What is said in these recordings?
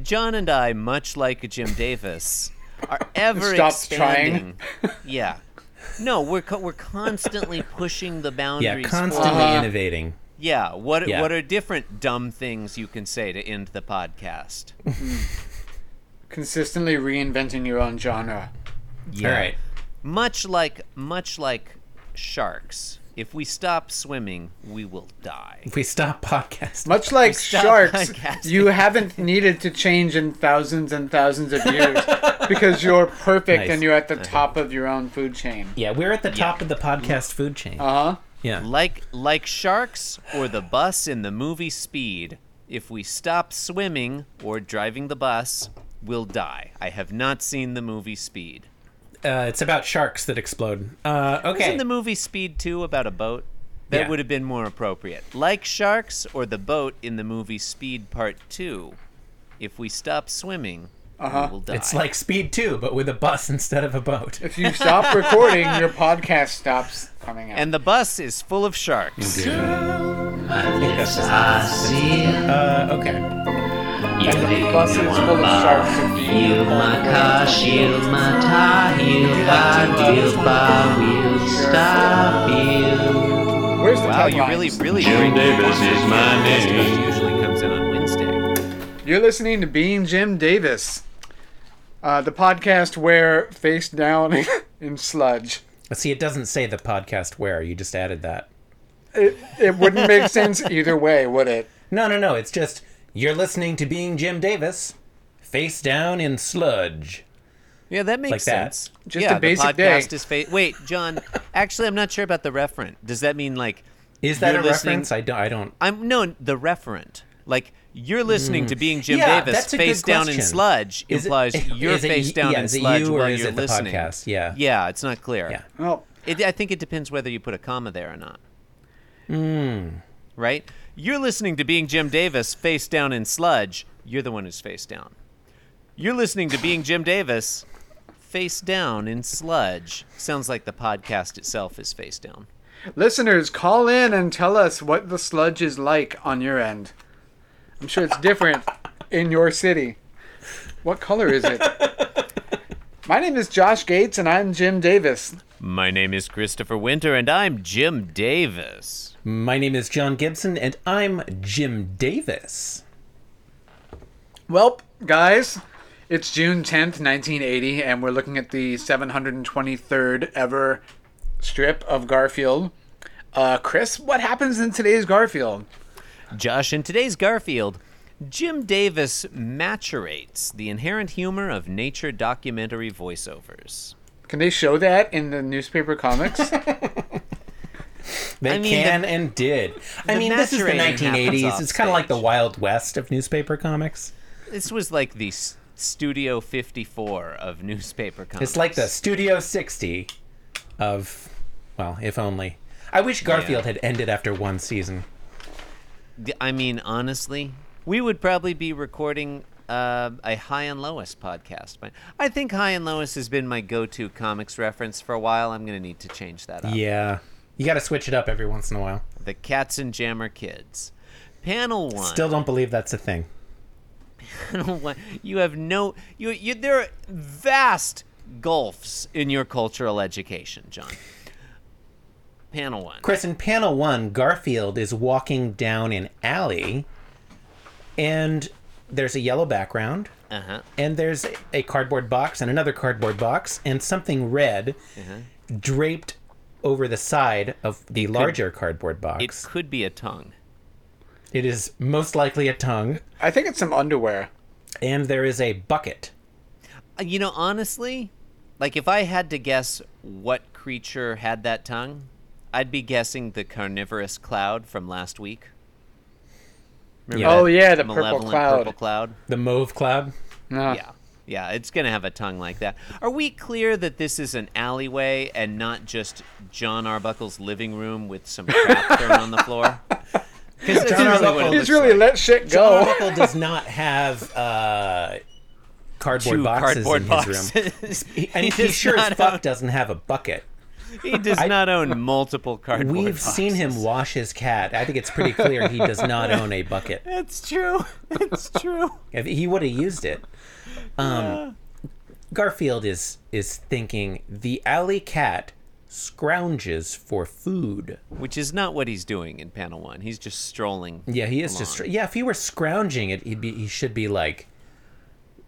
John and I, much like Jim Davis, are ever Stop expanding. yeah. No, we're co- we're constantly pushing the boundaries. for- yeah, constantly innovating. yeah. What Yeah. what are different dumb things you can say to end the podcast? Consistently reinventing your own genre. Yeah. All right. Much like much like sharks, if we stop swimming, we will die. If we stop podcasting, Much like Stop sharks, podcasting. you haven't needed to change in thousands and thousands of years because you're perfect Nice. and you're at the top of your own food chain. yeah, we're at the top of the podcast food chain. Uh-huh. Uh huh. yeah. Like like sharks or the bus in the movie Speed, if we stop swimming or driving the bus, we'll die. I have not seen the movie Speed. Uh, it's about sharks that explode. Uh, okay. Isn't the movie Speed 2 about a boat? That Yeah. would have been more appropriate. Like sharks or the boat in the movie Speed Part 2, if we stop swimming, Uh-huh. we will die. it's like Speed 2, but with a bus instead of a boat. If you stop recording, your podcast stops coming out. and the bus is full of sharks. Uh, okay. the bus is full of sharks. If you Where's the Wow, tagline? Oh, you really, really Jim great. Davis is my name. usually comes in on Wednesday. You're listening to Being Jim Davis, uh, the podcast where face down in sludge. See, it doesn't say the podcast where. You just added that. It, it wouldn't make sense either way, would it? No, no, no. It's just you're listening to Being Jim Davis, face down in sludge. Yeah, that makes Like that. sense. Just yeah, a basic the podcast day. is fa- Wait, John. Actually, I'm not sure about the referent. Does that mean like Is that You're a listening- reference? I don't. I don't. I'm no the referent? Like you're listening to being Jim Yeah, Davis that's a face good down in question. sludge Is it- implies you're is it face y- down yeah, in is it sludge you or while is you're it the listening. podcast? Yeah. Yeah, it's not clear. Yeah. Well, It, I think it depends whether you put a comma there or not. Hmm. Right? You're listening to Being Jim Davis face down in sludge. You're the one who's face down. You're listening to Being Jim Davis face down in sludge. Sounds like the podcast itself is face down. listeners, call in and tell us what the sludge is like on your end. I'm sure it's different in your city. What color is it? My name is Josh Gates, and I'm Jim Davis. My name is Christopher Winter, and I'm Jim Davis. My name is John Gibson, and I'm Jim Davis. Welp, guys, it's June 10th, 1980, and we're looking at the 723rd ever strip of Garfield. Uh, Chris, what happens in today's Garfield? Josh, in today's Garfield, Jim Davis maturates the inherent humor of nature documentary voiceovers. Can they show that in the newspaper comics? They I mean, the- can and did. I the mean, this is the maturating happens 1980s. off It's kind of like the stage. Wild West of newspaper comics. This was like the s- Studio 54 of newspaper comics. It's like the Studio 60 of, well, if only. I wish Garfield had ended after one season. D- I mean, honestly, we would probably be recording uh, a High and Lowest podcast. But I think High and Lowest has been my go-to comics reference for a while. I'm going to need to change that up. Yeah. You got to switch it up every once in a while. The Cats and Jammer Kids. Panel one. Still don't believe that's a thing. Panel one. You have no. You, you. There are vast gulfs in your cultural education, John. Panel one. Chris, in panel one, Garfield is walking down an alley, and there's a yellow background, Uh huh. and there's a cardboard box, and another cardboard box, and something red Mm-hmm. draped over the side of the larger cardboard It box. could be a tongue. it is most likely a tongue, I think it's some underwear. and there is a bucket. Uh, You know, honestly, like if I had to guess what creature had that tongue, I'd be guessing the carnivorous cloud from last week. Yeah. Oh, yeah, the purple Malevolent cloud. purple cloud. The mauve cloud. No. Yeah. Yeah, it's going to have a tongue like that. Are we clear that this is an alleyway and not just John Arbuckle's living room with some crap thrown on the floor? Because that's John really what Arbuckle- it He's looks really like. let shit John go. Arbuckle does not have uh, cardboard Two boxes cardboard in his room. boxes. He- and he, does sure as not fuck own- doesn't have a bucket. He does not own multiple cardboard. We've seen him boxes. wash his cat. I think it's pretty clear he does not own a bucket. It's true. It's true. If he would have used it. Um, Garfield is is thinking the alley cat scrounges for food. Which is not what he's doing in panel one. He's just strolling. Yeah, he is just yeah. If he were scrounging, it he'd be he should be like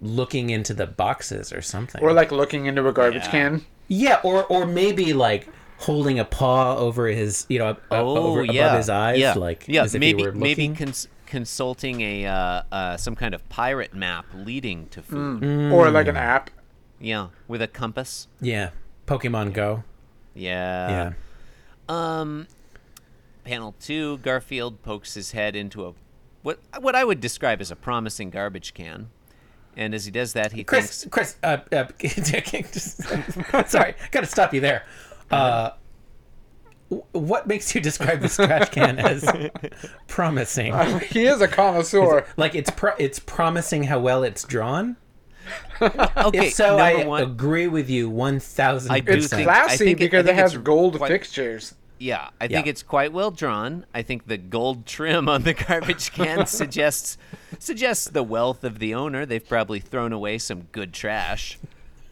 looking into the boxes or something. Or like looking into a garbage Yeah. can. yeah, or or maybe like holding a paw over his you know up, up- Oh over yeah. above his eyes yeah. like yeah. as if maybe he were maybe looking. cons- consulting a uh, uh, some kind of pirate map leading to food. Or like an app. Yeah, with a compass. yeah Pokemon Go Yeah. yeah. Panel two, Garfield pokes his head into a what what I would describe as a promising garbage can, and as he does that, he Chris, thinks Chris, uh, uh, just, sorry, gotta stop you there. Uh, w- what makes you describe this trash can as promising? He is a connoisseur. Like it's pro- it's promising how well it's drawn. Okay, If so, number I one, agree with you one thousand I do It's think- percent. I classy think- I because it think has it's gold quite- fixtures. yeah, I think Yeah. it's quite well drawn. I think the gold trim on the garbage can suggests suggests the wealth of the owner. They've probably thrown away some good trash.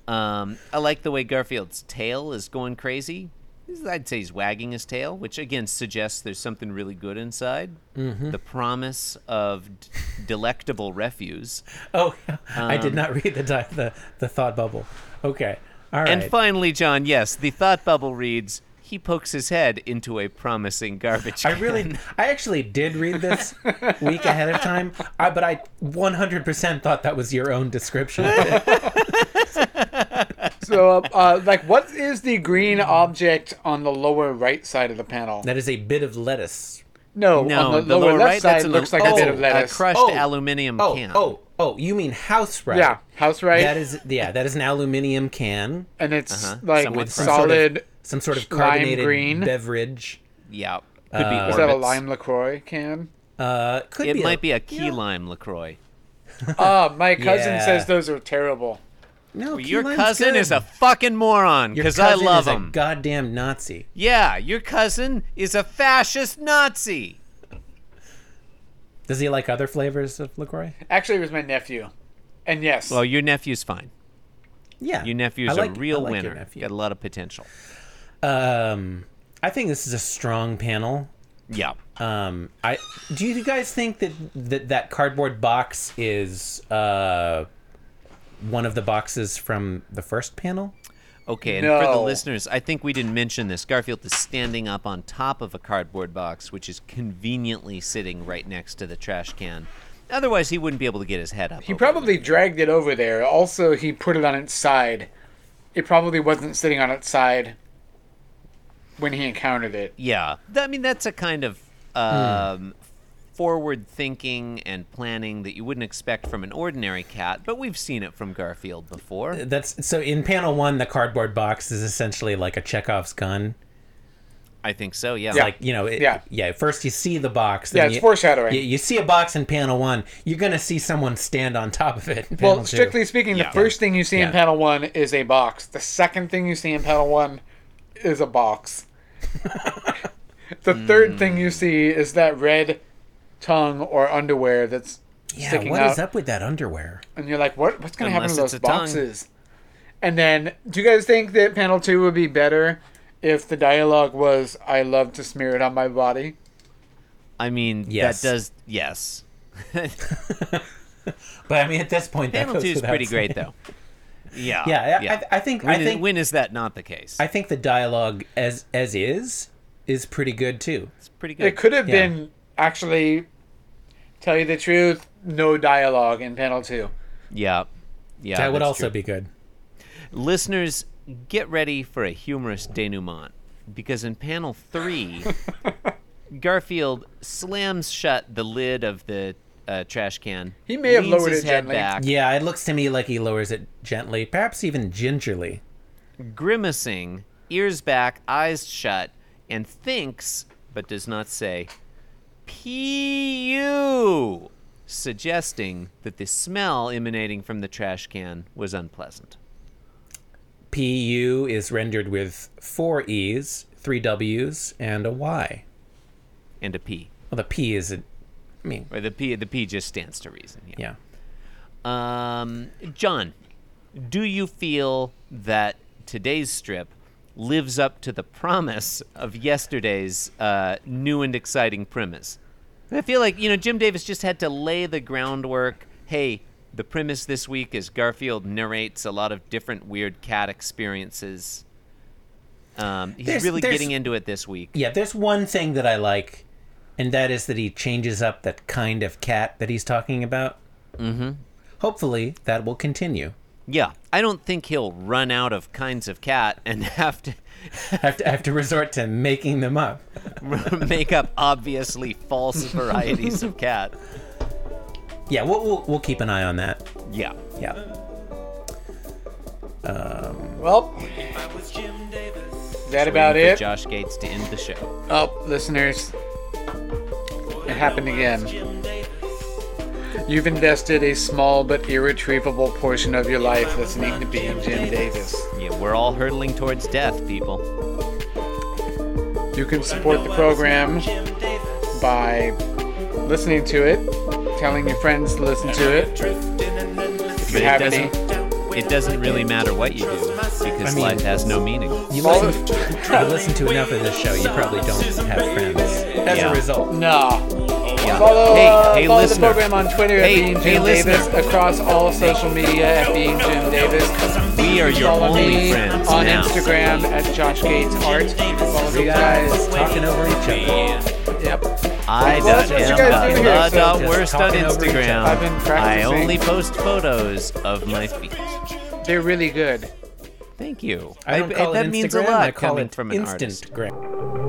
Um, I like the way Garfield's tail is going crazy. I'd say he's wagging his tail, which again suggests there's something really good inside. Mm-hmm. The promise of d- delectable refuse. Oh, I Um, did not read the di- the the thought bubble. Okay, all right. And finally, John, yes, the thought bubble reads he pokes his head into a promising garbage I can. really, I actually did read this week ahead of time, I, but I 100% thought that was your own description of it. So, uh, uh, like, what is the green object on the lower right side of the panel? That is a bit of lettuce. No, No, on the, the lower, lower left right, side that's a- looks like a that's bit a- of a lettuce. crushed Oh. aluminum Oh, can. oh, oh! You mean house right? Yeah, house right, That is yeah. That is an aluminium can and it's Uh-huh. like Some with with some sort of- solid. some sort of Lime carbonated green. beverage. yeah, could be. Uh, is that a Orbitz. lime Lacroix can? Uh, could It be might be a key lime Lacroix. Oh, my cousin Yeah. says those are terrible. No, key Your lime's cousin good. is a fucking moron Your because I cousin love is a him. goddamn Nazi. yeah, your cousin is a fascist Nazi. Does he like other flavors of Lacroix? Actually, it was my nephew, and yes, Well, your nephew's fine. Yeah, Your nephew's I like, a real I like winner. Your nephew. Got a lot of potential. Um, I think this is a strong panel. Yeah. Um, I do you guys think that that, that cardboard box is uh, one of the boxes from the first panel? Okay, and for the No. listeners, I think we didn't mention this. Garfield is standing up on top of a cardboard box, which is conveniently sitting right next to the trash can. Otherwise, he wouldn't be able to get his head up. he probably dragged it over there. Also, he put it on its side. It probably wasn't sitting on its side when he encountered it. Yeah, Th- I mean that's a kind of Hmm. um, forward thinking and planning that you wouldn't expect from an ordinary cat, but we've seen it from Garfield before. That's so. In panel one, the cardboard box is essentially like a Chekhov's gun. I think so. Yeah. Yeah. Like you know, it, Yeah. yeah, yeah. First, you see the box. Yeah, then it's you, foreshadowing. You, you see a box in panel one. You're gonna see someone stand on top of it. in panel Well, two. strictly speaking, the Yeah. first thing you see in Yeah. panel one is a box. The second thing you see in panel one is a box. the Hmm. third thing you see is that red tongue or underwear that's yeah. What sticking is out, up with that underwear? and you're like, "What? What's going to happen to Unless those it's a tongue. boxes?" And then, do you guys think that panel two would be better if the dialogue was, "I love to smear it on my body"? I mean, Yes. that does yes. But I mean, at this point, that Panel goes two is without pretty great saying. though. Yeah. Yeah, I- I, I think. When I is- think. when is that not the case? I think the dialogue as as is is pretty good too. it's pretty good. It could have Yeah. been actually. Tell you the truth, no dialogue in panel two. Yeah. Yeah. that would that's also true. be good. Listeners, get ready for a humorous denouement because in panel three, Garfield slams shut the lid of the uh, trash can. He may have leans lowered his it head gently. back, Yeah, it looks to me like he lowers it gently, perhaps even gingerly. grimacing, ears back, eyes shut, and thinks, but does not say, "P.U." Suggesting that the smell emanating from the trash can was unpleasant. PU is rendered with four E's, three W's, and a Y. and a P. Well, the P is, a, I mean, Or the P the P just stands to reason. Yeah. yeah. Um, John, do you feel that today's strip lives up to the promise of yesterday's uh, new and exciting premise? I feel like, you know, Jim Davis just had to lay the groundwork. Hey, the premise this week is Garfield narrates a lot of different weird cat experiences. Um, he's There's- really there's- getting into it this week. Yeah, there's one thing that I like, and that is that he changes up that kind of cat that he's talking about. Mm-hmm. Hopefully, that will continue. Yeah, I don't think he'll run out of kinds of cat and have to I have to, I have to resort to making them up. make up obviously false varieties of cat. Yeah, we'll, we'll, we'll keep an eye on that. Yeah. Yeah. Well, is that about Waiting for it? Josh Gates to end the show. Oh, listeners, it happened again. You've invested a small but irretrievable portion of your life listening to being Jim Davis. Yeah, we're all hurtling towards death, people. You can support the program by listening to it, telling your friends to listen to it. But If you it have any, doesn't it doesn't really matter what you do because I mean- life has no meaning. You All listen, you listen to enough of this show, you probably don't have friends. As Yeah. a result, no. Yeah. Follow, hey, uh, hey follow the listener. program on Twitter Hey, at being hey, Jim listener. Davis across all social media at being Jim Davis. we are your Follow only me friends on now. Instagram at Josh Gates Art. Follow you me, guys guys. talking over each other. Yep. I Well, dot that's what you am guys dot do here, la so dot just worst on talking over each other. Instagram. I've been I practicing. only post photos of my feet. They're really good. Thank you. I don't I- call that it Instagram, means a lot I call coming it from an artist. instant gram.